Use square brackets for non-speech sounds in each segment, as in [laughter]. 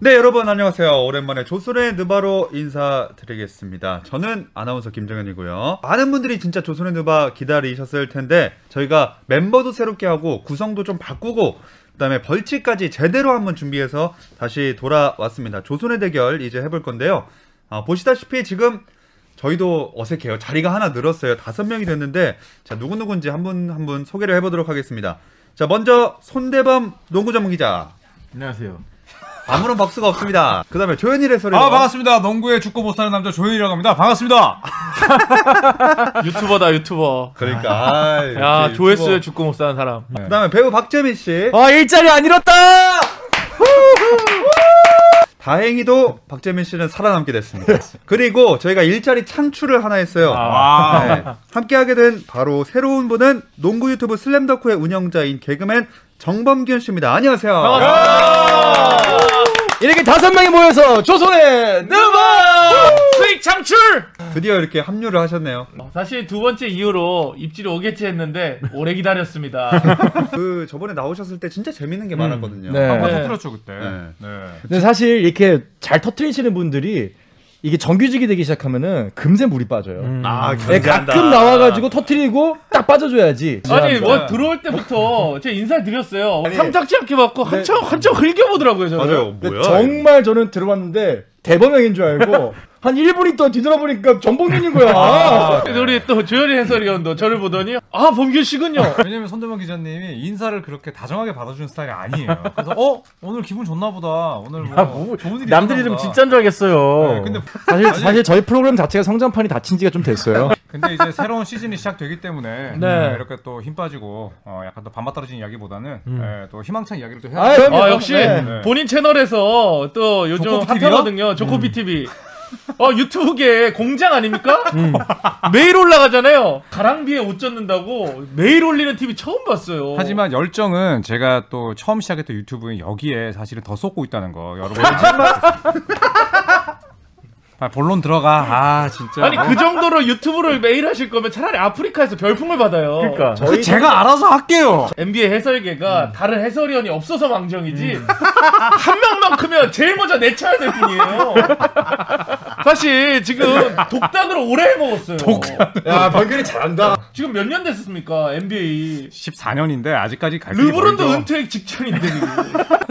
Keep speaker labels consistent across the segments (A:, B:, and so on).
A: 네, 여러분 안녕하세요. 오랜만에 조선의 누바로 인사드리겠습니다. 저는 아나운서 김정현이고요. 많은 분들이 진짜 조선의 누바 기다리셨을 텐데 저희가 멤버도 새롭게 하고 구성도 좀 바꾸고 그다음에 벌칙까지 제대로 한번 준비해서 다시 돌아왔습니다. 조선의 대결 이제 해볼 건데요. 아, 보시다시피 지금 저희도 어색해요. 자리가 하나 늘었어요. 다섯 명이 됐는데 자 누구 누군지 한 분 한 분 소개를 해보도록 하겠습니다. 자 먼저 손대범 농구 전문 기자.
B: 안녕하세요.
A: 아무런 박수가 없습니다. 그 다음에 조현일 해설위원.
C: 아 반갑습니다. 농구에 죽고 못 사는 남자 조현이라고 합니다. 반갑습니다. 아,
B: 유튜버다 유튜버.
A: 그러니까. 아이,
B: 야
A: 이렇게
B: 조회수에 죽고 못 사는 사람.
A: 그 다음에 배우 박재민 씨.
D: 어?
B: 아 일자리 안 잃었다.
A: 다행히도 박재민 씨는 살아남게 됐습니다. 그리고 저희가 일자리 창출을 하나 했어요.
C: 와.
A: 네. 함께하게 된 바로 새로운 분은 농구 유튜브 슬램덕후의 운영자인 개그맨 정범균 씨입니다. 안녕하세요.
B: 이렇게 다섯 명이 모여서 조선의 누바 수익 창출.
A: 드디어 이렇게 합류를 하셨네요.
D: 사실 두 번째 이후로 입질이 오겠지 했는데 오래 기다렸습니다.
A: 그 저번에 나오셨을 때 진짜 재밌는 게 많았거든요.
E: 아,
C: 한번
D: 네.
C: 터뜨렸죠 그때.
A: 네.
C: 네.
E: 근데 사실 이렇게 잘 터트리시는 분들이 이게 정규직이 되기 시작하면은 금세 물이 빠져요.
A: 아,
E: 예, 가끔 나와가지고 터트리고 딱 빠져줘야지.
D: 아니 뭐 들어올 때부터 제가 인사를 드렸어요.
E: 아니,
D: 탐탁지 않게 받고 한참 한참 흘겨보더라고요. 저는.
A: 맞아요.
E: 근데
A: 뭐야?
E: 정말 저는 들어봤는데 대범형인 줄 알고 한 1분 있다 뒤돌아보니까 전봉준인 거야.
D: 근데 우리 또 조현이 해설위원도 저를 보더니 아 범균 씨군요.
C: 왜냐면 손대범 기자님이 인사를 그렇게 다정하게 받아주는 스타일이 [laughs] 아니에요. 그래서 어 오늘 기분 좋나 보다. 오늘 뭐, 좋은 일이
D: 남들
C: 있었나
D: 이름
C: 보다.
D: 진짜인 줄 알겠어요.
C: 네, 근데
E: 사실 사실 저희 프로그램 자체가 성장판이 닫힌 지가 좀 됐어요.
C: 근데 이제 새로운 시즌이 시작되기 때문에
D: 네.
C: 네, 이렇게 또 힘 빠지고 어, 약간 또 반맛 떨어진 이야기보다는 예, 또 희망찬 이야기를 또 해야
E: 아, 그럼요.
D: 음. 아 역시
E: 네.
C: 네.
D: 본인 채널에서 또 요즘
C: 조코피
D: 핫하거든요. 조코피 TV. 어 유튜브계 공장 아닙니까? 매일 올라가잖아요. 가랑비에 옷 젖는다고 매일 올리는 TV 처음 봤어요.
C: 하지만 열정은 제가 또 처음 시작했던 유튜브는 여기에 사실은 더 쏟고 있다는 거 여러분. 아, 본론 들어가. 아 진짜.
D: 아니 그 정도로 유튜브를 매일 하실 거면 차라리 아프리카에서 별풍을 받아요.
B: 그러니까.
C: 그 제가 알아서 할게요.
D: NBA 해설계가 다른 해설위원이 없어서 망정이지 [laughs] 한 명만 크면 제일 먼저 내쳐야 될 뿐이에요. 사실 지금 독단으로 오래 해먹었어요.
E: 야 변균이 잘한다.
D: 지금 몇 년 됐습니까 NBA?
C: 14년인데 아직까지 갈 길이
D: 르브론도
C: 멀죠.
D: 은퇴 직전인데 [laughs] 지금.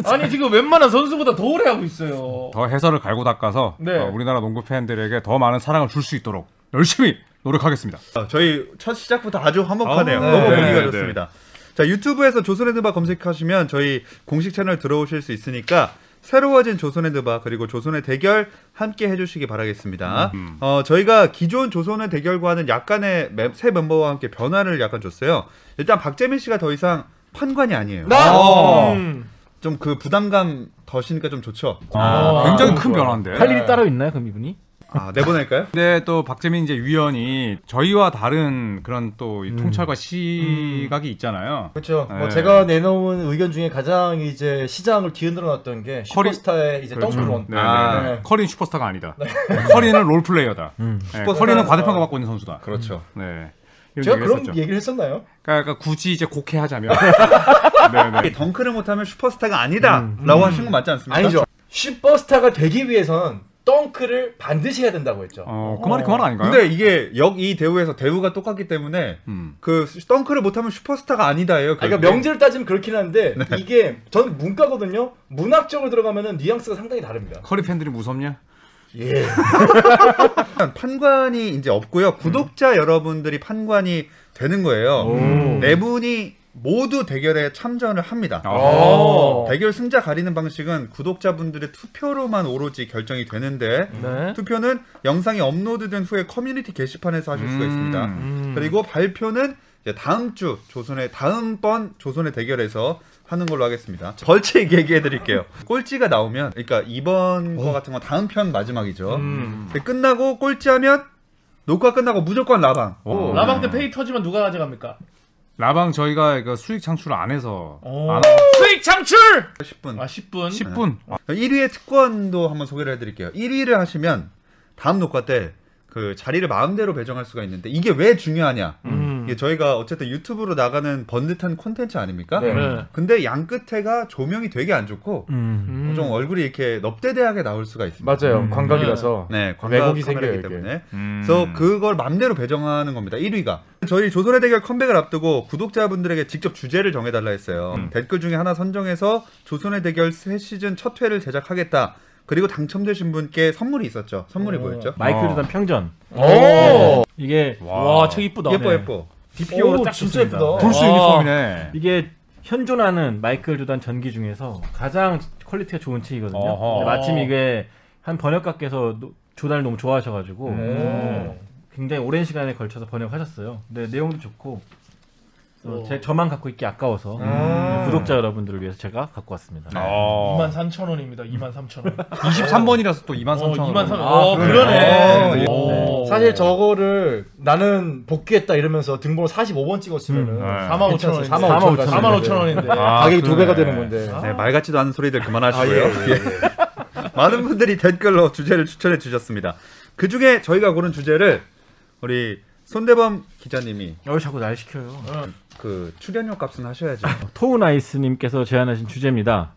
D: 아니 지금 웬만한 선수보다 더 오래 하고 있어요.
C: 더 해설을 갈고 닦아서
D: 네.
C: 어, 우리나라 농구 팬들에게 더 많은 사랑을 줄 수 있도록 열심히 노력하겠습니다.
A: 아, 저희 첫 시작부터 아주 화목하네요.
C: 아, 네.
A: 너무
C: 네,
A: 분위기가
C: 네.
A: 좋습니다. 자 유튜브에서 조선의 드바 검색하시면 저희 공식 채널 들어오실 수 있으니까 새로워진 조선의 드바 그리고 조선의 대결 함께 해주시기 바라겠습니다.
C: 음.
A: 어, 저희가 기존 조선의 대결과는 약간의 매- 새 멤버와 함께 변화를 약간 줬어요. 일단 박재민 씨가 더 이상 판관이 아니에요.
C: 어.
D: 음.
A: 좀 그 부담감 더시니까 좀 좋죠.
C: 아, 굉장히 큰
D: 음.
C: 변화인데.
B: 할 일이 따로
D: 있나요 그럼 이분이?
A: 아 내보낼까요?
C: 근데 또 박재민 이제 위원이 저희와 다른 그런 또이
D: 음.
C: 통찰과 시각이 있잖아요.
E: 그렇죠. 뭐
C: 네.
E: 제가 내놓은 의견 중에 가장 이제 시장을 뒤흔들어 놨던 게
C: 커리-
E: 슈퍼스타의 이제 덩크론.
C: 네,
A: 아,
C: 네, 네. 커리는 슈퍼스타가 아니다. 커리는 롤플레이어다.
B: 음.
C: 네, 커리는 과대평가 받고 있는 선수다.
A: 그렇죠.
C: 네. 이런
E: 제가
C: 얘기를
E: 그런
C: 했었죠.
E: 얘기를 했었나요?
C: 그러니까 굳이 이제 곡해하자면. [laughs] 네, 음. 네.
A: 덩크를 못하면 슈퍼스타가 아니다라고 하신 건 맞지 않습니까?
E: 아니죠. 슈퍼스타가 되기 위해선 덩크를 반드시 해야 된다고 했죠.
C: 어, 그 말이 그 말 아닌가요?
A: 근데 이게 역 이 대우에서 대우가 똑같기 때문에
C: 음.
A: 그 덩크를 못하면 슈퍼스타가 아니다예요.
E: 아, 그러니까 명제를 따지면 그렇긴 한데
C: 네.
E: 이게 저는 문과거든요. 문학적으로 들어가면은 뉘앙스가 상당히 다릅니다.
C: 커리 팬들이 무섭냐?
E: 예.
A: 일단 판관이 이제 없고요. 구독자 여러분들이 판관이 되는 거예요. 네 분이 모두 대결에 참전을 합니다.
D: 아. 어.
B: 오.
A: 대결 승자 가리는 방식은 구독자분들의 투표로만 오로지 결정이 되는데
D: 음.
B: 네.
A: 투표는 영상이 업로드된 후에 커뮤니티 게시판에서 하실 수가 있습니다.
D: 음.
A: 그리고 발표는 이제 다음 주 조선의 다음번 조선의 대결에서 하는 걸로 하겠습니다. 벌칙 얘기해 드릴게요. [laughs] 꼴찌가 나오면 그러니까 이번 거 같은 건 다음 편 마지막이죠. 근데 끝나고 꼴찌하면 녹화 끝나고 무조건 라방.
C: 오.
D: 라방 때 페이 터지면 누가 가져갑니까?
C: 라방 저희가 그 수익 창출을 안 해서
D: 오.
C: 안
D: 어. 수익 창출!
A: 10분.
D: 아 10분.
C: 10분.
B: 네.
A: 1위의 특권도 한번 소개를 해드릴게요. 1위를 하시면 다음 녹화 때 그 자리를 마음대로 배정할 수가 있는데 이게 왜 중요하냐? 이게 저희가 어쨌든 유튜브로 나가는 번듯한 콘텐츠 아닙니까?
D: 네.
B: 네.
A: 근데 양 끝에가 조명이 되게 안 좋고
B: 음.
A: 좀 얼굴이 이렇게 넙대대하게 나올 수가 있습니다.
B: 맞아요.
C: 음.
B: 광각이라서.
A: 네, 광각
B: 왜곡이 생겨요,
A: 카메라이기 때문에.
C: 음.
A: 그래서 그걸 맘대로 배정하는 겁니다. 1위가. 저희 조선의 대결 컴백을 앞두고 구독자분들에게 직접 주제를 정해달라 했어요. 댓글 중에 하나 선정해서 조선의 대결 새 시즌 첫 회를 제작하겠다. 그리고 당첨되신 분께 선물이 있었죠. 선물이 뭐였죠?
F: 마이클
C: 어.
F: 류단 평전.
B: 오.
F: 이게
C: 와.
F: 와, 책 이쁘다.
A: 예뻐
F: 네.
A: 예뻐.
F: DPO로
B: 오,
F: 딱
B: 진짜
F: 좋습니다.
B: 예쁘다.
F: 네.
C: 돌수
B: 아.
C: 유니폼이네.
F: 이게 현존하는 마이클 류단 전기 중에서 가장 퀄리티가 좋은 책이거든요.
C: 어허.
F: 근데 마침 이게 한 번역가께서 노- 조단을 너무 좋아하셔가지고
C: 음.
F: 굉장히 오랜 시간에 걸쳐서 번역하셨어요. 근데 내용도 좋고 그래서 제 저만 갖고 있기 아까워서
C: 음.
F: 구독자 여러분들을 위해서 제가 갖고 왔습니다.
C: 어.
D: 2만 3천 원입니다. 2만 3천 원.
C: 23번이라서 또 2만 3천
D: 아. 어,
C: 원.
D: 2만 3천 원.
E: 아,
D: 어, 그러네. 오.
E: 사실 저거를 나는 복귀했다 이러면서 등번호 45번 찍었으면은
C: 네.
D: 4만 5천 원.
E: 4만 5천 원.
D: 4만 5천 원인데.
C: 아, 그러네.
E: 가격이 두 배가 되는 건데.
A: 네, 말 같지도 않은 소리들 그만하시고요. [laughs] 예. 많은 분들이 댓글로 주제를 추천해 주셨습니다. 그 중에 저희가 고른 주제를 우리 손대범 기자님이
F: 왜 자꾸 날 시켜요?
A: 그 출연료 값은 하셔야죠.
F: 토우나이스님께서 제안하신 주제입니다.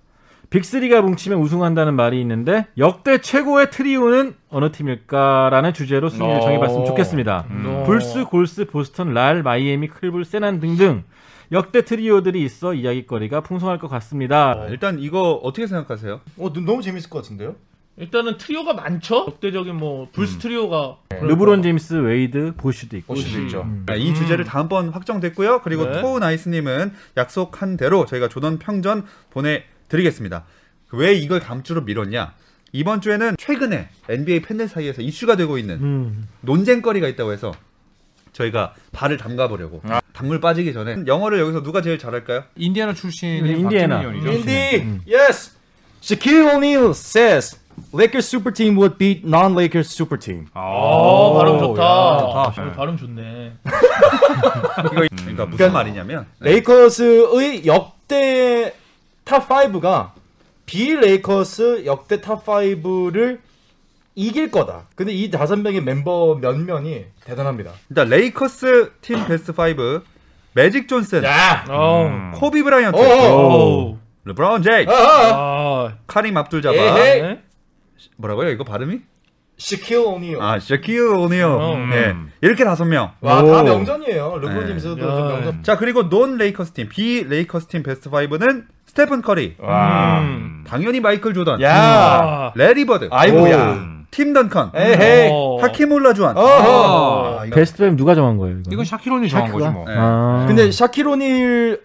F: 빅3가 뭉치면 우승한다는 말이 있는데 역대 최고의 트리오는 어느 팀일까라는 주제로 순위를
C: 어.
F: 정해봤으면 좋겠습니다. 불스, 골스, 보스턴, 랄, 마이애미, 클불, 세난 등등 역대 트리오들이 있어 이야기거리가 풍성할 것 같습니다.
A: 일단 이거 어떻게 생각하세요?
E: 어, 눈- 너무 재밌을 것 같은데요?
D: 일단은 트리오가 많죠. 역대적인 뭐 불스 트리오가
F: 르브론 제임스, 웨이드, 보슈도 있고
B: 보실 수 있죠.
A: 네, 이 주제를 다음번 확정됐고요. 그리고
D: 네.
A: 토우나이스님은 약속한 대로 저희가 조던 평전 보내드리겠습니다. 왜 이걸 다음 주로 미뤘냐? 이번 주에는 최근에 NBA 팬들 사이에서 이슈가 되고 있는 논쟁거리가 있다고 해서 저희가 발을 담가보려고 단물 빠지기 전에 영어를 여기서 누가 제일 잘할까요?
C: 인디애나 출신이
B: 음,
F: 인디애나.
C: 박진영이죠.
E: Indy,
A: 음.
E: yes. Shaquille O'Neal says Lakers super team would beat non-Lakers super team.
C: 아,
D: 어, 발음 좋다.
C: 야, 좋다.
D: 어, 발음 좋네.
A: 이거 그러니까 무슨 말이냐면
E: 레이커스의 역대 탑 5가 비 레이커스 역대 탑 5를 이길 거다. 근데 이 다섯 명의 멤버 몇 면이 대단합니다.
A: 일단 레이커스 팀 베스트 5 매직 존슨,
D: 아.
A: 코비 브라이언트, 어.
D: 오.
A: 르브론 제이,
D: 아.
A: 카림 압둘 자바.
E: 에헤이.
D: 네?
A: 뭐라고요? 이거 발음이?
E: 시킬 오니오.
A: 아, 샤키르 오네요.
D: 음.
A: 네. 이렇게 다섯 명.
E: 와,
A: 오.
E: 다 명전이에요. 르브론
A: 네.
E: 짐스도
D: 야.
E: 명전.
A: 자, 그리고 논 레이커스 팀, 비 레이커스 팀 베스트 5는 스테픈 커리,
C: 와.
A: 당연히 마이클 조던,
E: 야.
D: 아.
A: 레리 버드,
E: 아이고야.
C: 음.
A: 팀 던컨,
E: 에헤이.
D: 어.
A: 하킴 올라주안.
E: 어허.
A: 아, 이거-
F: 베스트 뱀 누가 정한 거예요? 이건?
C: 이건 샤키론이 정한 거지 뭐.
A: 네.
F: 아.
E: 근데 샤킬 오닐의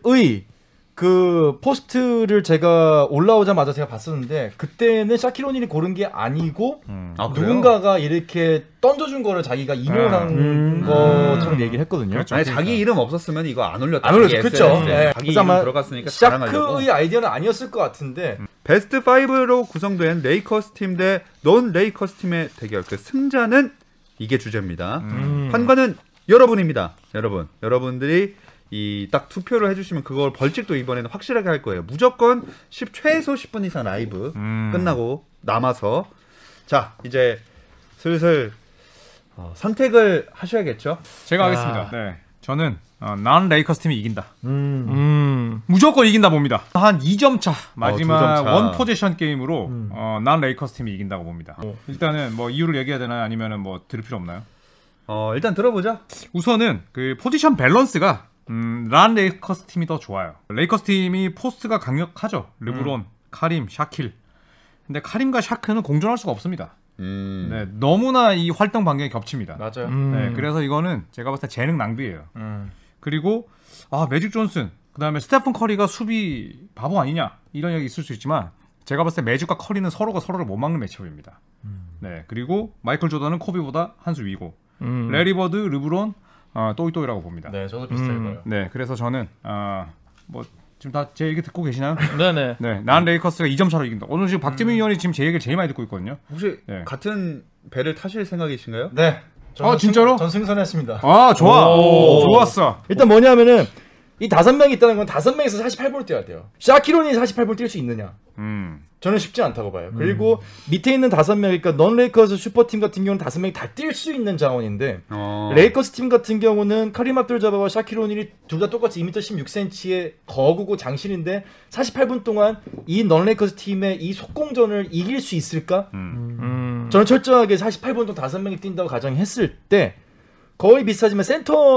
E: 그 포스트를 제가 올라오자마자 제가 봤었는데 그때는 샤킬 오닐이 고른 게 아니고
C: 음.
A: 아, 그래요?
E: 누군가가 이렇게 던져준 거를 자기가 인용한
F: 음.
E: 것처럼 얘기를 했거든요.
A: 아니, 자기 이름 없었으면 이거 안 올렸다.
E: 그러니까. 안 올렸죠.
A: 자기
E: 그쵸.
A: SNS 에.
E: 네.
A: 자기
E: 그래서
A: 이름
E: 아마 그
A: 들어갔으니까 자랑하려고. 음.
E: 샤크의 아이디어는 아니었을 것 같은데
A: 베스트 5로 구성된 레이커스 팀 대 논 레이커스 팀의 대결. 그 승자는 이게 주제입니다.
D: 음.
A: 판관은 여러분입니다. 여러분. 여러분들이 이 딱 투표를 해주시면 그걸 벌칙도 이번에는 확실하게 할 거예요. 무조건 10, 최소 10분 이상 라이브
C: 음.
D: 음.
A: 끝나고 남아서 자 이제 슬슬 어, 선택을 하셔야겠죠.
C: 제가 하겠습니다. 네. 저는 어, 난 레이커스 팀이 이긴다. 무조건 이긴다 봅니다. 한 어, 2점 차. 마지막
A: 두 점 차.
C: 원 포지션 게임으로 어, 난 레이커스 팀이 이긴다고 봅니다. 일단은 뭐 이유를 얘기해야 되나요? 아니면은 뭐 들을 필요 없나요?
A: 어 일단 들어보죠.
C: 우선은 그 포지션 밸런스가 음, 란 레이커스 팀이 더 좋아요. 레이커스 팀이 포스트가 강력하죠. 르브론, 카림, 샤킬. 근데 카림과 샤크는 공존할 수가 없습니다.
A: 음.
C: 네, 너무나 이 활동 반경이 겹칩니다.
B: 맞아요.
D: 음.
C: 네, 그래서 이거는 제가 봤을 때 재능 낭비예요.
E: 음.
C: 그리고 아 매직 존슨, 그다음에 스테픈 커리가 수비 바보 아니냐 이런 얘기 있을 수 있지만 제가 봤을 때 매직과 커리는 서로가 서로를 못 막는 매치업입니다. 네, 그리고 마이클 조던은 코비보다 한 수 위고
D: 음.
C: 레리 버드, 르브론, 어, 또이또이라고 봅니다. 음. 네.
B: 네,
E: 음.
B: 저도 비슷해요. 이거요.
C: 그래서 저는 아, 뭐 지금 다 제 얘기 듣고 계시나요?
D: 네네.
C: 네, 난 레이커스가 2점 차로 이긴다. 오늘 지금 박재민 위원이 지금 제 얘기를 제일 많이 듣고 있거든요.
A: 혹시
C: 네.
A: 같은 배를 타실 생각이신가요?
E: 네.
C: 아, 진짜로?
A: 어.
E: 전 승선했습니다.
C: 아, 좋아, 좋았어.
E: 일단 뭐냐면은 이 다섯 명이 있다는 건 다섯 명에서 48볼 뛰어야 돼요. 샤키론이 48볼 뛸 수 있느냐?
C: 음.
E: 저는 쉽지 않다고 봐요. 그리고 밑에 있는 다섯 명, 그러니까 넌 레이커스 슈퍼팀 같은 경우는 다섯 명이 다 뛸 수 있는 자원인데
A: 어.
E: 레이커스 팀 같은 경우는 카림 압둘 자바와 샤키로닐이 둘 다 똑같이 2m 16cm의 거구고 장신인데 48분 동안 이 넌 레이커스 팀의 이 속공전을 이길 수 있을까?
C: 음.
E: 저는 철저하게 48분 동안 다섯 명이 뛴다고 가정했을 때 거의 비슷하지만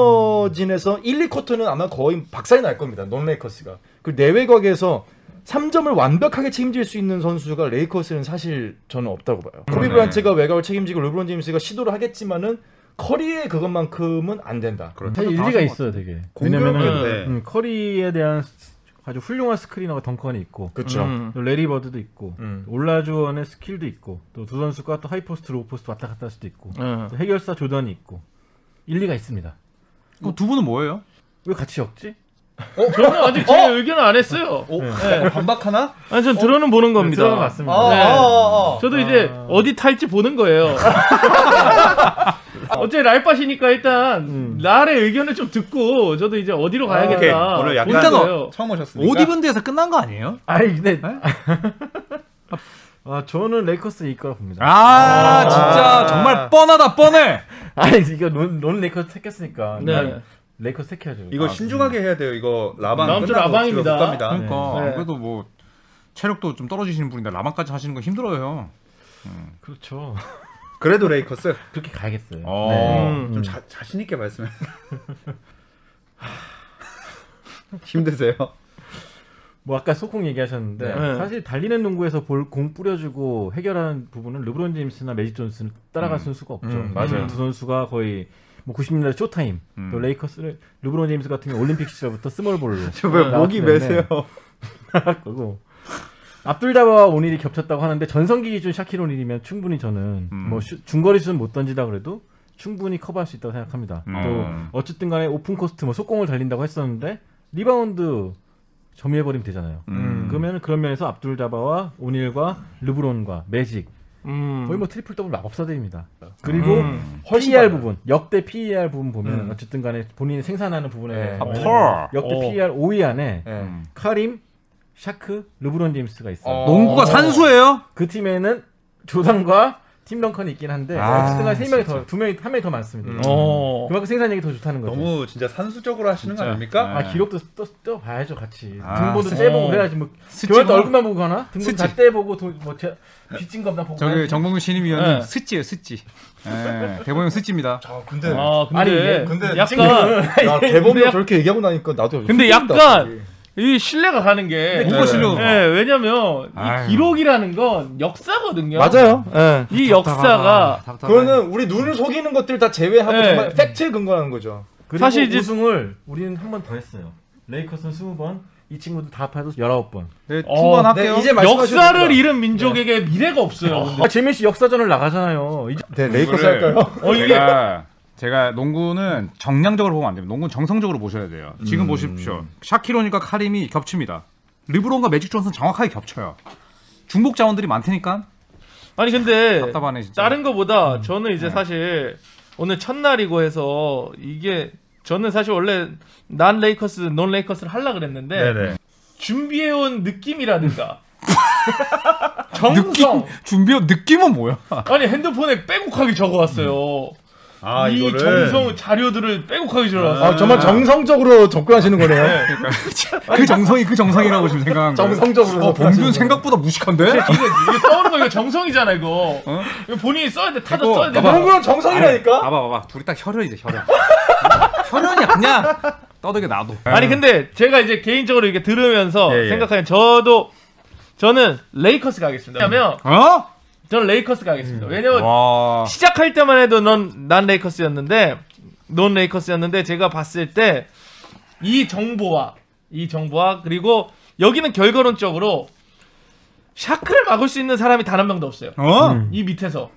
E: 센터진에서 1, 2쿼터는 아마 거의 박살이 날 겁니다. 넌 레이커스가. 그 내외곽에서 3점을 완벽하게 책임질 수 있는 선수가 레이커스는 사실 저는 없다고 봐요. 코비 브란트가 외곽을 책임지고 르브론 제임스가 시도를 하겠지만은 커리의 그것만큼은 안 된다.
F: 사실 일리가 있어요, 되게.
A: 공격은, 네.
F: 음, 커리에 대한 스- 아주 훌륭한 스크린하고 덩컨이 있고, 음,
E: 그렇죠.
F: 또 레리버드도 있고,
E: 음.
F: 올라주원의 스킬도 있고, 또 두 선수가 또 하이포스트, 로우포스트 왔다 갔다 할 수도 있고, 또 해결사 조던이 있고, 일리가 있습니다.
C: 그럼 두 분은 뭐예요?
F: 왜 같이 적지?
D: 저는 아직 제 의견을 안 했어요.
A: 네. 반박하나?
B: 아니 전 들어는 보는
F: 들어가
B: 겁니다.
F: 봤습니다.
A: 아,
D: 네.
A: 아, 아, 아.
D: 저도 이제 어디 탈지 보는 거예요. 어째 랄빠시니까 일단 랄의 의견을 좀 듣고 저도 이제 어디로
A: 오케이.
D: 가야겠다.
A: 오늘
D: 보는
A: 약간
D: 거예요.
A: 처음 오셨으니까.
C: 옷 입은 데서 끝난 거 아니에요?
F: 아니 근데 네? [laughs] 아 저는 레이커스 이길 거라 봅니다.
C: 아, 진짜 정말 뻔하다 뻔해.
F: 아니 이거 론, 론 레이커스 택했으니까
D: 네.
F: 난 레이커스 택해야죠. 아,
A: 이거 신중하게 해야 돼요. 이거 라방
D: 아, 다음 주
A: 끝나고
D: 라방입니다.
A: 집에 못 갑니다.
C: 그러니까
D: 네.
C: 그래도 뭐 체력도 좀 떨어지시는 분인데 라만까지 하시는 거 힘들어요.
F: 그렇죠. [laughs]
A: 그래도 레이커스
F: 그렇게 가야겠어요.
C: 어.
A: 좀 자, 자신 있게 말씀해. 힘드세요?
F: 뭐 아까 소콩 얘기하셨는데
D: 네.
F: 사실 달리는 농구에서 볼 공 뿌려주고 해결하는 부분은 르브론 제임스나 매직 존슨 따라갈 수가 없죠.
C: 음,
F: 맞아요. 두 선수가 거의 뭐 90년대 쇼타임 또 레이커스를 르브론 제임스 같은 경우 올림픽 시절부터 스몰볼로
A: 저왜 목이 매세요?
F: [laughs] 거고 압둘다와 오닐이 겹쳤다고 하는데 전성기 기준 샤킬 오닐이면 충분히 저는
C: 음.
F: 뭐 슈- 중거리 슛은 못 던지다 그래도 충분히 커버할 수 있다고 생각합니다.
C: 음.
F: 또 어쨌든 간에 오픈 코스트 뭐 속공을 달린다고 했었는데 리바운드 점유해버리면 되잖아요.
C: 음.
F: 그러면 그런 면에서 압둘다바와 오닐과 르브론과 매직 거의 뭐 트리플 더블 마법사들입니다. 그리고
C: 음.
F: PER 부분 역대 PER 부분 보면 어쨌든 간에 본인이 생산하는 부분에
C: 아,
F: 대해서
C: 펄. 음.
F: 역대
D: 오.
F: PER 5위 안에
C: 네.
E: 예.
F: 카림, 샤크, 르브론 제임스가 있어요.
C: 농구가 산수예요?
F: 그 팀에는 조던과 팀 덩컨이 있긴 한데
C: 아,
F: 어쨌든 간에 세 명이 더, 두 명이 한 명이 더 많습니다.
D: 어.
F: 그만큼 생산력이 더 좋다는 거죠.
A: 너무 진짜 산수적으로 하시는 거
C: 진짜.
A: 아닙니까?
F: 아 기록도 또, 또 봐야죠 같이
C: 아,
F: 등본도
C: 스치-
F: 떼보고 그래야지 뭐
C: 스치고?
F: 교환 얼굴만 보고 가나 등본 다
C: 스치.
F: 떼보고 도, 뭐 제- 빚진 거나 보고
C: 저기
F: 가야지.
C: 정봉민 신임위원님
D: 네.
C: 스찌예요 스찌. 예, 대본형 스찌입니다.
E: 아 근데
D: 아 근데,
F: 아니, 예,
E: 근데
D: 약간
E: 야, 대본에
D: 약-
E: 저렇게 얘기하고 나니까 나도
D: 근데
E: 힘들다,
D: 약간
E: 갑자기.
D: 이 신뢰가 가는 게
C: 뭐가 실려도
D: 예, 왜냐면
C: 아유.
D: 이 기록이라는 건 역사거든요.
E: 맞아요. 네. 예.
D: 이 역사가
C: 아,
E: 그거는 우리 눈을 속이는 것들 다 제외하고
D: 예.
E: 정말 팩트에 근거하는 거죠.
F: 그리고
D: 사실 이제-
F: 우승을 우리는 한 번 더 했어요. 레이커스는 20번, 이 친구도 다 합해도 19번.
C: 네,
D: 어,
C: 두번 할게요.
E: 네, 이제 말씀하셔도
D: 역사를
E: 됩니다.
D: 잃은 민족에게 미래가 없어요. 근데.
F: 아, 재민 씨 역사전을 나가잖아요. 이-
E: 네, 레이커스
C: 이거를-
E: 할까요?
D: 어 이게
C: 제가 제가 농구는 정량적으로 보면 안 됩니다. 농구는 정성적으로 보셔야 돼요. 지금 보십시오. 샤키로니까 카림이 겹칩니다. 르브론과 매직 존슨 정확하게 겹쳐요. 중복 자원들이 많으니까
D: 아니 근데
C: 답답하네 진짜.
D: 다른 거보다 저는 이제 사실 오늘 첫날이고 해서 이게 저는 사실 원래 난 레이커스 논 레이커스를 하려 그랬는데
A: 네네.
D: 준비해온 느낌이라든가 정성
C: 준비 느낌은 뭐야?
D: 아니 핸드폰에 빼곡하게 적어왔어요
A: 아
D: 이
A: 이거를
D: 정성 자료들을 빼곡하게 적어왔어요
E: 아, 정말 정성적으로 접근하시는 거네요.
C: 그 정성이 그 정성이라고 지금 생각한 거예요.
E: 정성적으로.
C: 어, 범준 생각보다 무식한데?
D: 이거 이거 써오는 거 이거 정성이잖아 이거
C: 어?
D: 이거 본인이 써야 돼 타자
C: 이거
D: 써야 돼
C: 봐봐. 아,
E: 농구는 정성이라니까.
C: 봐봐 봐봐 둘이 딱 혈연이지 혈연. 혈연이야 그냥 떠들게 나도.
D: 아니 근데 제가 이제 개인적으로 이렇게 들으면서
A: 예, 예.
D: 생각하는 저도 저는 레이커스 가겠습니다. 왜냐면
C: 어?
D: 저는 레이커스 가겠습니다. 왜냐면
C: 와.
D: 시작할 때만 해도 넌, 난 레이커스였는데, 논 레이커스였는데, 제가 봤을 때, 이 정보와, 이 정보와, 그리고 여기는 결과론적으로, 샤크를 막을 수 있는 사람이 단 한 명도 없어요.
A: 아,
C: 어?
F: 음.
D: 이 밑에서.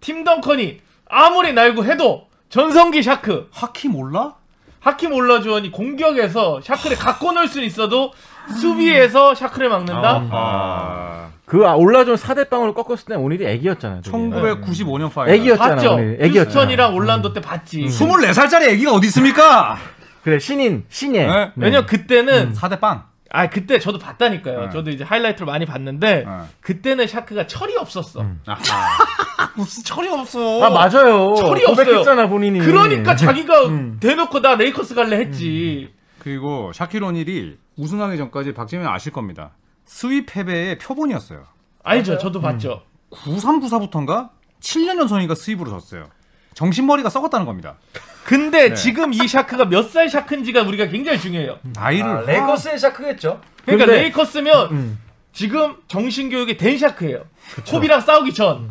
D: 팀 덩컨이 아무리 날고 해도, 전성기 샤크,
C: 하키 몰라?
D: 하킴 올라주원이 공격에서 샤크를 갖고 놀 수는 있어도, 수비에서 샤크를 막는다?
C: 아.
F: 그 아, 올라준 4대 빵으로 꺾었을 때 오늘이 애기였잖아요. 되게.
C: 1995년 파일.
F: 애기였잖아. 음.
D: 봤죠?
F: 오늘 애기였잖아.
D: 휴스턴이랑 올란도 때 봤지.
C: [laughs] 24살짜리 애기가 어디 있습니까?
F: 그래 신인 신예.
C: 네.
F: 음.
D: 왜냐면 그때는
C: 4대 빵.
D: 아 그때 저도 봤다니까요.
C: 네.
D: 저도 이제 하이라이트로 많이 봤는데
C: 네.
D: 그때는 샤크가 철이 없었어.
A: 아하.
C: 무슨 철이 없어.
F: 아 맞아요.
D: 철이
F: 고백했잖아 본인이.
D: 그러니까 자기가 대놓고 나 레이커스 갈래 했지.
C: 그리고 샤킬 오닐이 우승하기 전까지 박재민 아실 겁니다. 스윕 패배의 표본이었어요.
D: 알죠? 저도 봤죠.
C: 9394부터인가 7년 연속이니까 스윕으로 졌어요. 정신머리가 썩었다는 겁니다.
D: 근데 지금 이 샤크가 몇 살 샤크인지가 우리가 굉장히 중요해요.
C: 나이를 네,
B: 아, 레거스의 샤크겠죠.
D: 그러니까
F: 근데-
D: 레이커스면 지금 정신교육이 된 샤크예요. 코비랑 싸우기 전.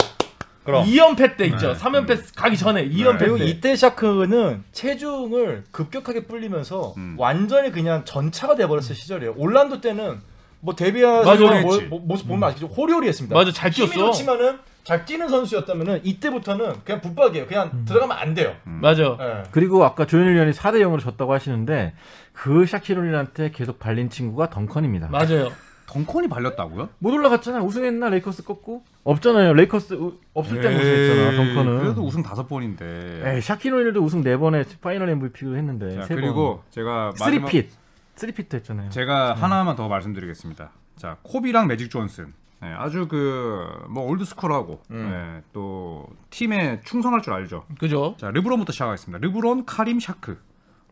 A: 그럼.
D: 2연패 때 있죠. 3연패 가기 전에 2연패
E: 그리고
C: 네.
D: 때.
E: 이때 샤크는 체중을 급격하게 불리면서
C: 음.
E: 완전히 그냥 전차가 돼버렸을 시절이에요. 올란도 때는 뭐 데뷔하는
C: 맞아,
E: 모-
C: 그랬지.
E: 뭐
C: 음.
E: 모- 모습 보면 아직 좀 호리호리했습니다.
D: 맞아, 잘
E: 힘이
D: 뛰었어.
E: 좋지만은 잘 뛰는 선수였다면은 이때부터는 그냥 붙박이에요. 그냥
C: 음.
E: 들어가면 안 돼요.
D: 맞아.
E: 예.
F: 그리고 아까 조현일 위원이 4대 0으로 졌다고 하시는데 그 샤키로린한테 계속 발린 친구가 덩컨입니다.
D: 맞아요.
C: 덩컨이 발렸다고요?
F: 못 올라갔잖아요. 우승했나 레이커스 꺾고 없잖아요. 레이커스 우- 없을 때
C: 에이,
F: 우승했잖아. 덩컨은.
C: 그래도 우승 다섯 번인데.
F: 에이, 샤키로닐도 우승 4번에 파이널 MVP도 했는데
C: 자,
F: 세
C: 그리고 제가
F: 번.
C: 마지막
F: 3핏. 3핏도 했잖아요.
C: 제가 하나만 더 말씀드리겠습니다. 자 코비랑 매직 존슨 예, 아주 그 뭐 올드스쿨하고
E: 음.
C: 예, 또 팀에 충성할 줄 알죠.
D: 그죠?
C: 자 르브론부터 시작하겠습니다. 르브론, 카림, 샤크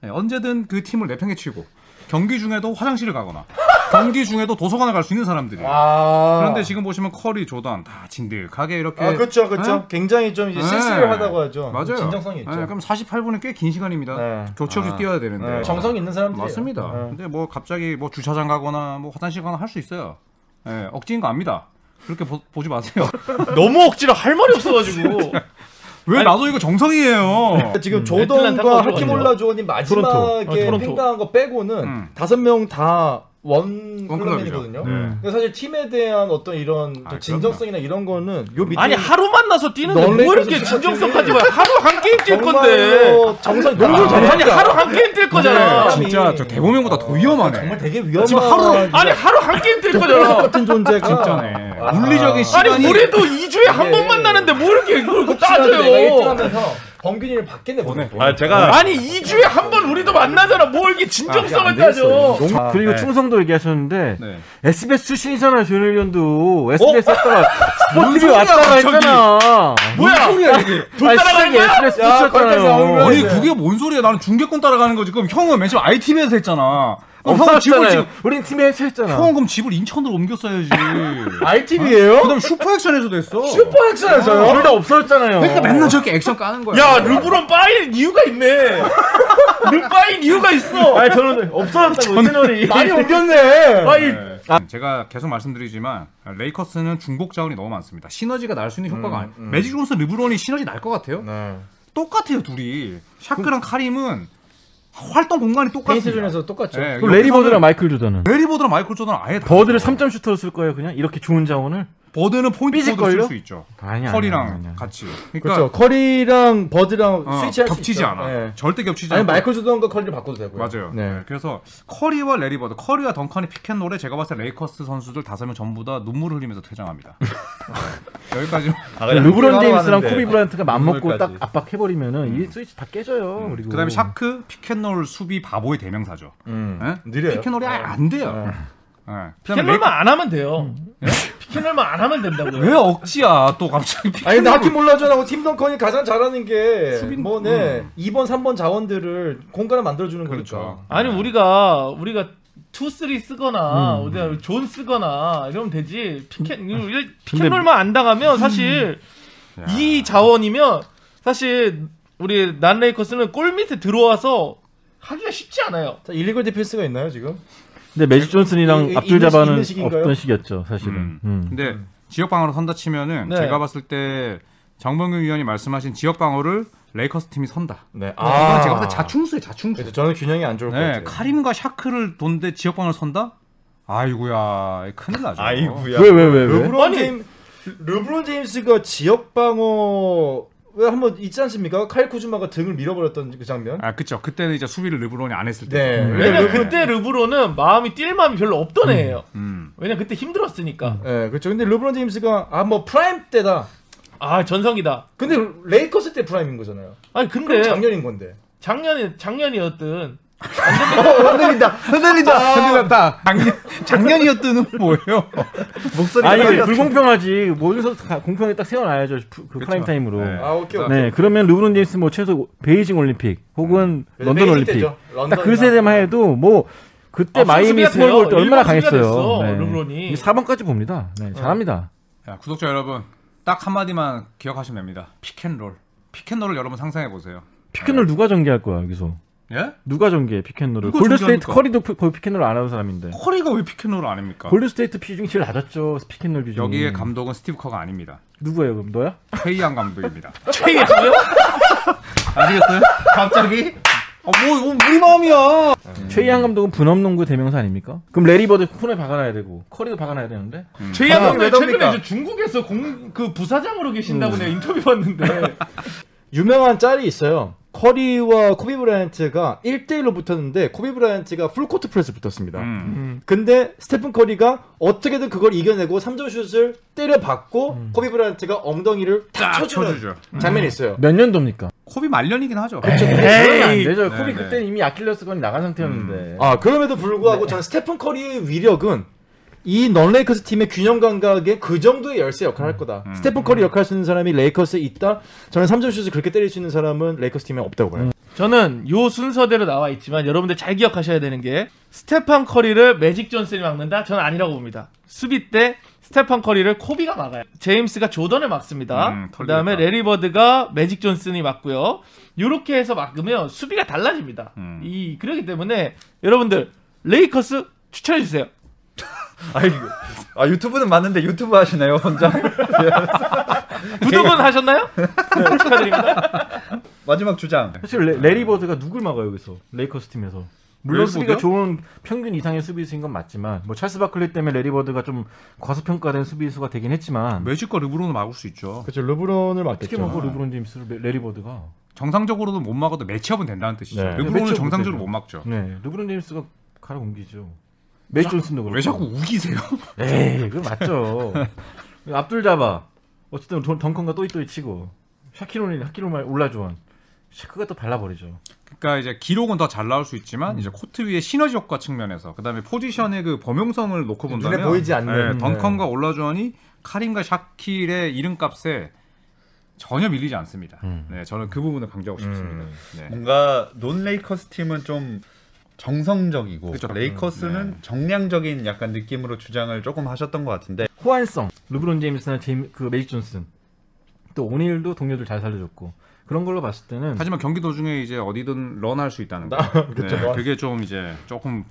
C: 예, 언제든 그 팀을 내팽개치고 경기 중에도 화장실을 가거나 경기 중에도 도서관에 갈 수 있는 사람들이에요.
E: 아.
C: 그런데 지금 보시면 커리, 조던 다 진득하게 이렇게
E: 아 그렇죠,
C: 예?
E: 그렇죠. 굉장히 좀 이제
C: 예.
E: 쓸쓸하다고 하죠.
C: 맞아요.
E: 진정성이 있죠.
C: 예, 그럼 48분은 꽤 긴 시간입니다.
E: 네.
C: 교체 없이
A: 아.
C: 뛰어야 되는데
E: 예, 정성이 있는 네. 사람들.
C: 네. 맞습니다. 근데 뭐 갑자기 뭐 주차장 가거나 뭐 화장실 가거나 할 수 있어요. 예, 억지인 거 압니다. 그렇게 보, 지 마세요. [laughs]
D: 너무 억지로 할 말이 [laughs] 없어가지고.
C: 왜
D: 아니-
C: 나도 이거 정성이에요.
E: 지금
D: 애틀랜타가
E: 조던과
D: 어디죠?
E: 하키몰라 조언이 마지막에
D: 토론토. 어, 토론토.
E: 팽당한 거 빼고는
C: 음.
E: 다섯 명 다 원
C: 원클럽이죠.
E: 클럽이거든요. 근데 사실 팀에 대한 어떤 이런 좀
C: 아,
E: 진정성이나 이런 거는 요 밑에
D: 아니 하루 만나서 뛰는데
E: 넌
D: 뭐
E: 레이커스
D: 이렇게
E: 샤크지.
D: 진정성까지 봐. 하루 한 게임 뛸 건데.
E: 정말로 정성 농구
D: 아니 그러니까.
E: 잘하니까
D: 하루 한 게임 뛸 거잖아.
E: 네.
C: 진짜 저 대보명보다 더 위험하네.
E: 정말 되게 위험한
C: 지금 하루-
D: 아니 하루 한 게임 뛸 거잖아.
E: 같은 존재가
C: 진짜네. 물리적인 시간이
D: 아니 우리도 2주에 한 번
E: 예.
D: 만나는데 뭐 이렇게 이걸
E: 내가 1등
D: 따져요.
E: 하면서 범균이를 밖에 내보내.
A: 아
C: 어?
A: 제가
D: 아니 2주에 한 번 우리도 만나잖아. 뭐 이렇게 진정성을 따져.
E: 농- 아,
F: 그리고
A: 네.
F: 충성도 얘기하셨는데
C: 네.
F: SBS 출신이잖아 조현일 위원도 SBS 왔다가 스포티비 왔다가
C: 갑자기?
F: 했잖아.
D: 뭐야? 돈 따라가는
F: 아니,
D: 거야?
F: SBS
E: 야, 거기까지
F: 붙였잖아요.
E: 나오면-
C: 아니
E: 네.
C: 그게 뭔 소리야? 나는 중계권 따라가는 거지. 그럼 형은 맨 처음 ITV에서 했잖아. 그럼 형은 집을
F: 없었잖아요.
C: 지금
F: 우린 팀에 해체했잖아.
C: 형은 그럼 집을 인천으로 옮겼어야지.
E: RTV예요?
C: 그다음 슈퍼액션에서도 했어.
E: 슈퍼액션에서요?
F: 아, 둘다 없어졌잖아요.
C: 그러니까 맨날 저렇게 액션 까는 거야.
D: 야 르브론 빠인 이유가 있네. 르 빠인 이유가 있어.
F: 아니 저는 없어졌다고 채널이.
E: 많이 옮겼네.
C: 네. 제가 계속 말씀드리지만 레이커스는 중복 자원이 너무 많습니다. 시너지가 날 수 있는 효과가 아니. 매직 존슨 르브론이 시너지 날 것 같아요.
E: 음.
C: 똑같아요 둘이. 샤크랑 카림은 활동 공간이 똑같습니다.
E: 페인트존에서 똑같죠.
C: 예,
F: 그럼 레리버드랑 마이클 조던은
C: 레리버드랑 마이클 조던 아예 다르죠.
F: 버드를 3점 슈터로 쓸 거예요 그냥 이렇게 좋은 자원을?
C: 버드는 포인트
F: 삐질걸요?
C: 코드를 쓸수 있죠.
F: 아니야.
C: 커리랑 같이. 그러니까
E: 그렇죠. 커리랑 버드랑
C: 어,
E: 스위치할 수
C: 겹치지
E: 있죠.
C: 않아.
E: 예.
C: 절대 겹치지
E: 아니
C: 않아.
E: 마이클 조던과 커리를 바꿔도 되고요.
C: 맞아요.
E: 네.
C: 네, 그래서 커리와 레리버드, 커리와 덩컨이 피켄롤에 제가 봤을 때 레이커스 선수들 다섯 명 전부 다 눈물을 흘리면서 퇴장합니다. 네. 여기까지.
A: 아, 그냥
F: 르브론
A: 하나만
F: 제임스랑
A: 하는데.
F: 코비 브라이언트가 맘먹고 딱
A: 오늘까지.
F: 압박해버리면은 이 스위치 다 깨져요. 그리고
C: 그다음에 샤크 피켄롤 수비 바보의 대명사죠.
E: 음.
C: 예?
E: 느려요.
C: 피켄롤이 아예 안 돼요. 예. 그다음에
D: 피켄롤만 안 하면 돼요. 네? 피켄롤만 안 하면 된다고요.
C: 왜 억지야? 또 갑자기
E: 아니
C: 피켄롤
E: 근데 하키 몰라줘하고 팀 덩컨이 가장 잘하는 게 뭐네 2번 3번 자원들을 공간을 만들어주는
C: 음.
E: 거니까.
C: 그렇죠.
D: 아니 우리가 우리가 투 쓰리 쓰거나 어디야 존 쓰거나 이러면 되지 피켓 피켓롤만 안 당하면 사실 이 자원이면 사실 우리 난 레이커스는 골 밑에 들어와서 하기가 쉽지 않아요.
E: 자 일리걸 디펜스가 있나요 지금?
F: 근데 매직
E: 이- 이-
F: 존슨이랑 압둘 자바는
E: 있는 식인가요?
F: 없던 시기였죠 사실은.
C: 음.
F: 음.
C: 근데 지역 방어로 선다 치면은
D: 네.
C: 제가 봤을 때 정범균 위원이 말씀하신 지역 방어를 레이커스 팀이 선다.
E: 네.
C: 이건 제가 봤을 때 자충수에 자충수.
E: 그래서 저는 균형이 안 좋을 것
C: 네,
E: 같아요.
C: 카림과 샤크를 돈데 지역 방어를 선다? 아이고야, 큰일 나죠.
A: 아이구야.
F: 왜 왜 왜 왜,
E: 르브론
D: 아니.
E: 제임 르브론 제임스가 지역 방어 왜 한번 있지 않습니까? 칼 쿠즈마가 등을 밀어버렸던 그 장면.
C: 아, 그쵸. 그때는 이제 수비를 르브론이 안 했을
E: 네.
C: 때. 음.
D: 왜냐 면 그때 르브론은 마음이 뛸 마음이 별로 없던 애예요.
C: 음.
D: 왜냐 그때 힘들었으니까.
E: 네, 그렇죠. 근데 르브론 제임스가 아 뭐 프라임 때다.
D: 아 전성기다.
E: 근데 레이커스 때 프라임인 거잖아요.
F: 네.
D: 아니
E: 그럼
D: 근데
E: 작년인 건데.
D: 작년에 작년이었든
A: 흔들린다. 흔들린다.
C: 흔들렸다. 작년, 작년이었던 뭐예요?
A: 목소리가
F: 아니
A: 흔들렸다.
F: 불공평하지 모여서 다 공평하게 딱 세워놔야죠 그 프라임 타임으로
C: 네.
E: 아 오케이 오케이.
F: 네, 그러면 르브론 제임스 뭐 최소 베이징 올림픽
C: 음.
F: 혹은
D: 네,
F: 런던
E: 베이징
F: 올림픽
E: 때죠.
F: 딱 그
E: 네, 런던이나.
F: 세대만 해도 뭐 그때
D: 아,
F: 마이미
D: 선수비가
F: 스몰
D: 돼요.
F: 볼 때 얼마나
D: 일본 선수비가
F: 강했어요. 네.
D: 됐어, 르브론이. 어.
F: 4번까지 봅니다. 네, 잘합니다.
C: 야, 구독자 여러분, 딱 한마디만 기억하시면 됩니다. 피켄롤. 피켄롤을 여러분 상상해 보세요.
F: 피켄롤 누가 전개할 거야 여기서?
C: 예?
F: 누가 전개해 피켄롤을?
C: 네. 누가
F: 골드스테이트
C: 전개합니까?
F: 커리도 피- 거의 피켄롤 안 하는 사람인데.
C: 커리가 왜 피켄롤 아닙니까?
F: 골드스테이트 비중이 제일 낮았죠 피켄롤 비중.
C: 여기의 감독은 스티브 커가 아닙니다.
F: 누구예요 그럼 너야?
C: 페이양 감독입니다. [laughs]
D: 최이였어요?
C: 아시겠어요?
D: 갑자기?
C: 아, 뭐, 뭐 우리 마음이야.
F: 최이한 감독은 분업농구 대명사 아닙니까? 그럼 레리버드 혼에 박아놔야 되고 커리도 박아놔야 되는데
D: 최이한
A: 왜
D: 감독 최근에
A: 덥니까?
D: 저 중국에서 공 그 부사장으로 계신다고 내가 인터뷰 봤는데
E: 유명한 짤이 있어요. 커리와 코비 브라이언트가 1대1로 붙었는데 코비 브라이언트가 풀코트 프레스 붙었습니다.
C: 음.
E: 근데 스테픈 커리가 어떻게든 그걸 이겨내고 3점 슛을 때려받고
F: 음.
E: 코비 브라이언트가 엉덩이를 탁
C: 딱
E: 쳐주는
C: 쳐주죠. 네.
E: 장면이 있어요.
F: 몇 년도입니까?
C: 코비 말년이긴 하죠.
F: 그러면 안 되죠.
C: 네, 음. 네.
F: 코비 그때 이미 아킬레스 건이 나간 상태였는데.
E: 아 그럼에도 불구하고 저는 스테픈 커리의 위력은 이 넌 레이커스 팀의 균형 감각에 그 정도의 열쇠 역할을 할 거다. 스테픈 커리 역할 할 수 있는 사람이 레이커스에 있다. 저는 3점 슛을 그렇게 때릴 수 있는 사람은 레이커스 팀에 없다고 봐요.
D: 저는 요 순서대로 나와 있지만 여러분들 잘 기억하셔야 되는 게 스테판 커리를 매직 존슨이 막는다? 저는 아니라고 봅니다. 수비 때 스테판 커리를 코비가 막아요. 제임스가 조던을 막습니다.
C: 음, 털리겠다.
D: 그다음에 레리 버드가 매직 존슨이 막고요. 요렇게 해서 막으면 수비가 달라집니다.
C: 음.
D: 이 그렇기 때문에 여러분들 레이커스 추천해 주세요.
A: 아이, 아, 유튜브는 맞는데 유튜브 하시나요, 혼자? [laughs]
D: 구독은 하셨나요? 네, 축하드립니다.
A: 마지막 주장.
F: 사실 레, 레리버드가 누굴 막아요 여기서 레이커스 팀에서 물론
C: 레리버드요?
F: 수비가 좋은 평균 이상의 수비수인 건 맞지만 뭐 찰스 바클리 때문에 레리버드가 좀 과소평가된 수비수가 되긴 했지만
C: 매직과 르브론을 막을 수 있죠.
E: 그렇죠. 르브론을
F: 어떻게
E: 맡겠죠.
F: 먹고 르브론 제임스를 레- 레리버드가
C: 정상적으로도 못 막아도 매치업은 된다는 뜻이죠.
F: 네.
C: 르브론은
F: 매치업은
C: 정상적으로
F: 되죠.
C: 못 막죠.
F: 네 르브론 제임스가 갈아 옮기죠 메이 존슨도 그렇고
C: 왜 자꾸 우기세요?
F: 에이 그건 [laughs] 맞죠 앞둘 잡아 어쨌든 던- 덩컨과 또이또이 치고 샤키론이 하키론만 올라주원 샤크가 또 발라버리죠
C: 그러니까 이제 기록은 더 잘 나올 수
E: 음.
C: 있지만 이제 코트 위의 시너지 효과 측면에서 그다음에 포지션의 그 범용성을 놓고 본다면
E: 눈에 보이지 않는. 네.
C: 예, 덩컨과 올라주원이 카림과 샤킬의 이름값에 전혀 밀리지 않습니다.
E: 음.
C: 네, 저는 그 부분을 강조하고 싶습니다. 네.
A: 뭔가 논 레이커스 팀은 좀 정성적이고
C: 그쵸.
A: 레이커스는
C: 음,
A: 정량적인 약간 느낌으로 주장을 조금 하셨던 것 같은데
F: 호환성 르브론 제임스나 제임 그 메이크 존슨 또 오닐도 동료들 잘 살려줬고 그런 걸로 봤을 때는
C: 하지만 경기 도중에 이제 어디든 런할 수 있다는 거.
E: 아, 그쵸,
C: 네,
E: 런.
C: 그게 좀 이제 조금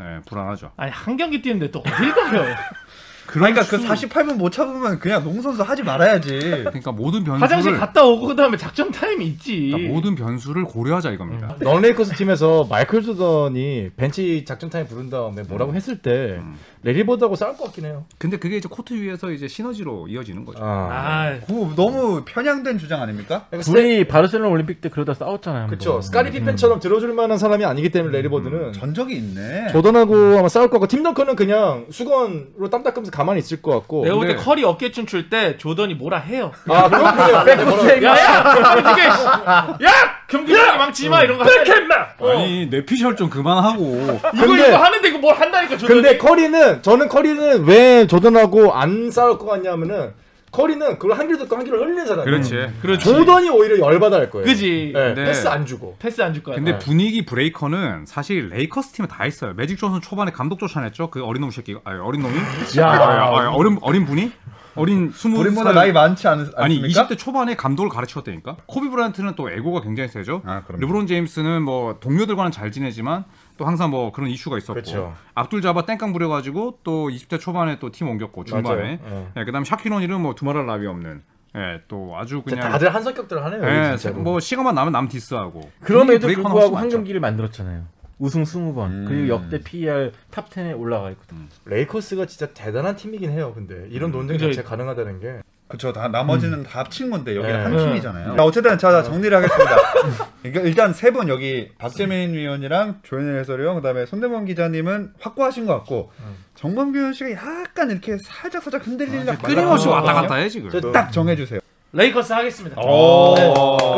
C: 예, 불안하죠.
D: 아니 한 경기 뛰는데 또 어딜 가요?
A: 그러니까 그 48분 못 참으면 그냥 농선수 하지 말아야지
C: 그러니까 모든
D: 화장실
C: 변수를
D: 갔다 오고 그다음에 작전 타임이 있지.
C: 그러니까 모든 변수를 고려하자 이겁니다.
E: 아. 넌 레이커스 팀에서 마이클 조던이 벤치 작전 타임 부른 다음에 음. 뭐라고 했을 때 레리버드하고 싸울 것 같긴 해요.
C: 근데 그게 이제 코트 위에서 이제 시너지로 이어지는 거죠.
E: 아.
D: 아,
A: 그거 뭐 너무 편향된 주장 아닙니까?
E: 그러니까 스테-
F: 둘이 바르셀로나 올림픽 때 그러다 싸웠잖아요. 한번.
E: 그쵸. 스카리 피펜처럼 들어줄 만한 사람이 아니기 때문에 레리버드는
A: 전적이 있네
E: 조던하고 아마 싸울 것 같고 팀 덩커는 그냥 수건으로 땀 닦으면서 가만히 있을 것 같고.
D: 내가 볼 때
C: 어, 근데-
D: 커리 어깨춤 출 때 조던이 뭐라 해요.
E: 아 그럼 그래요. 백코트
D: 야, 야, 이게 야, 경기장 망치지 마 이런 거 하잖아. 어.
C: 아니 내 피셜 좀 그만하고
D: 이거
E: 근데-
D: 이거 하는데 이거 뭘 한다니까 조던이.
E: 그렇죠. 근데 커리는 저는 커리는 왜 조던하고 안 싸울 것 같냐면은 커리는 그걸 한 길 듣고 한 길을 흘리는 사람이에요. 음.
C: 그렇지.
D: 그렇지.
E: 조던이 오히려 열받아 할 거예요.
D: 그지.
E: 네,
C: 네.
E: 패스 안 주고.
D: 패스 안 줄 거야.
A: 네.
C: 근데 분위기 브레이커는 사실 레이커스 팀에 다 있어요. 매직 존슨 초반에 감독 쫓아냈죠. 그 어린 놈 새끼, 아니, 어린 놈이, 아, 아, 아, 어린 어린 분이, 어린 스무
A: 우리보다
C: 살
A: 나이 많지 않, 않습니까?
C: 아니 20대 초반에 감독을 가르쳤다니까. 코비 브라이언트는 또 에고가 굉장히 세죠.
A: 아, 그럼요.
C: 르브론 제임스는 뭐 동료들과는 잘 지내지만 또 항상 뭐 그런 이슈가 있었고.
A: 그렇죠.
E: 그쵸.
C: 압둘 잡아 땡깡 부려가지고 또 20대 초반에 또 팀 옮겼고 중반에.
A: 네.
E: 맞아요. 네.
C: 예, 그다음 샤키론이는 뭐 두말할 나위 없는. 예, 또 아주 그냥.
E: 다들 한 성격들 하네요.
C: 예,
E: 진짜로.
C: 뭐 시간만 나면 남 디스하고.
F: 그럼에도
C: 브레이커는
F: 불구하고
C: 훨씬
F: 한
C: 많죠.
F: 경기를 만들었잖아요. 우승 20번 그리고 역대 PER 탑 10에 올라가 있고
E: 레이커스가 진짜 대단한 팀이긴 해요. 음, 근데 이런 논쟁
D: 근데-
E: 자체가 가능하다는 게
A: 그쵸 다 나머지는
C: 음.
A: 다 합친 건데 여기는
E: 네.
A: 한 팀이잖아요 자, 어쨌든 자, 자
C: 네.
A: 정리를 하겠습니다 그러니까
C: [laughs]
A: 일단 세 분 여기 박재민 위원이랑 조현일 해설위원 그다음에 손대범 기자님은 확고하신 것 같고 정범균 씨가 약간 이렇게 살짝 살짝 흔들리는 아,
C: 음. 끊임없이 왔다 갔다 네. 해 지금.
A: 딱 정해주세요
D: 레이커스 하겠습니다.
A: 오,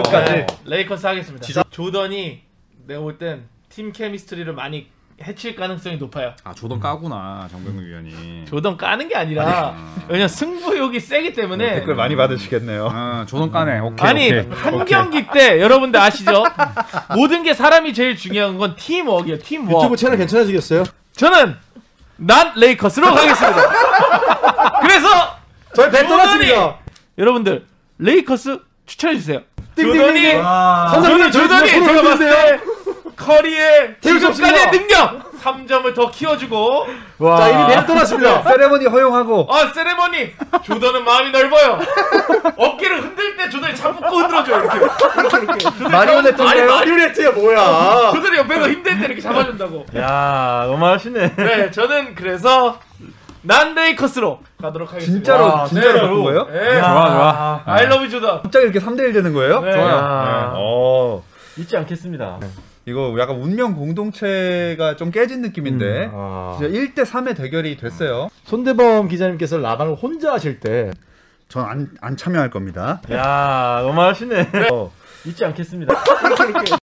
A: 끝까지
D: 네, 레이커스 하겠습니다. 조던이 내가 볼 땐 팀 케미스트리를 많이 해칠 가능성이 높아요.
C: 아 조던 까구나 정병근 위원이.
D: 조던 까는 게 아니라 왜냐 승부욕이 세기 때문에
A: 댓글 많이 받으시겠네요.
C: 아 조던 까네. 오케이.
D: 아니
C: 오케이.
D: 한 경기 때 여러분들 아시죠? 모든 게 사람이 제일 중요한 건 팀워크예요. 팀워크.
E: 유튜브 채널 괜찮아지겠어요?
D: 저는 난 레이커스로 가겠습니다. 그래서
E: 저희 뱉어놨습니다.
D: 여러분들 레이커스 추천해 주세요. 조던이
E: 띵띵띵. 선생님,
D: 저는
E: 저희
D: 조던이
E: 정말
D: 제가
E: 소름
D: 봤을 때 커리의
E: 재밌었습니다.
D: 지금까지의 능력 3점을 더 키워주고
E: 자 이미 뱉어놨습니다. [laughs]
A: 세레머니 허용하고
D: 아 세레머니 조던은 마음이 넓어요 어깨를 흔들 때 조던이 잡고 흔들어줘요 이렇게 이렇게 이렇게
E: 마리오네트인가요?
D: 마리-
E: 마리오네트야 뭐야?
D: 조던이 옆에서 힘들 때 이렇게 잡아준다고
F: 야 너무 하시네.
D: 네 저는 그래서 난 레이커스로 가도록 하겠습니다
A: 진짜로 진짜로 바꾼 거예요?
D: 예.
C: 좋아 좋아.
D: I love you 조던
A: 갑자기 이렇게 3대1 되는 거예요?
D: 네.
F: 야,
A: 어.
F: 잊지 않겠습니다.
A: 이거 약간 운명 공동체가 좀 깨진 느낌인데
E: 아.
A: 진짜 1대 3의 대결이 됐어요.
E: 손대범 기자님께서 라방을 혼자 하실 때
A: 전 안 안 참여할 겁니다.
F: 야 너무 하시네.
A: 어.
F: 잊지 않겠습니다.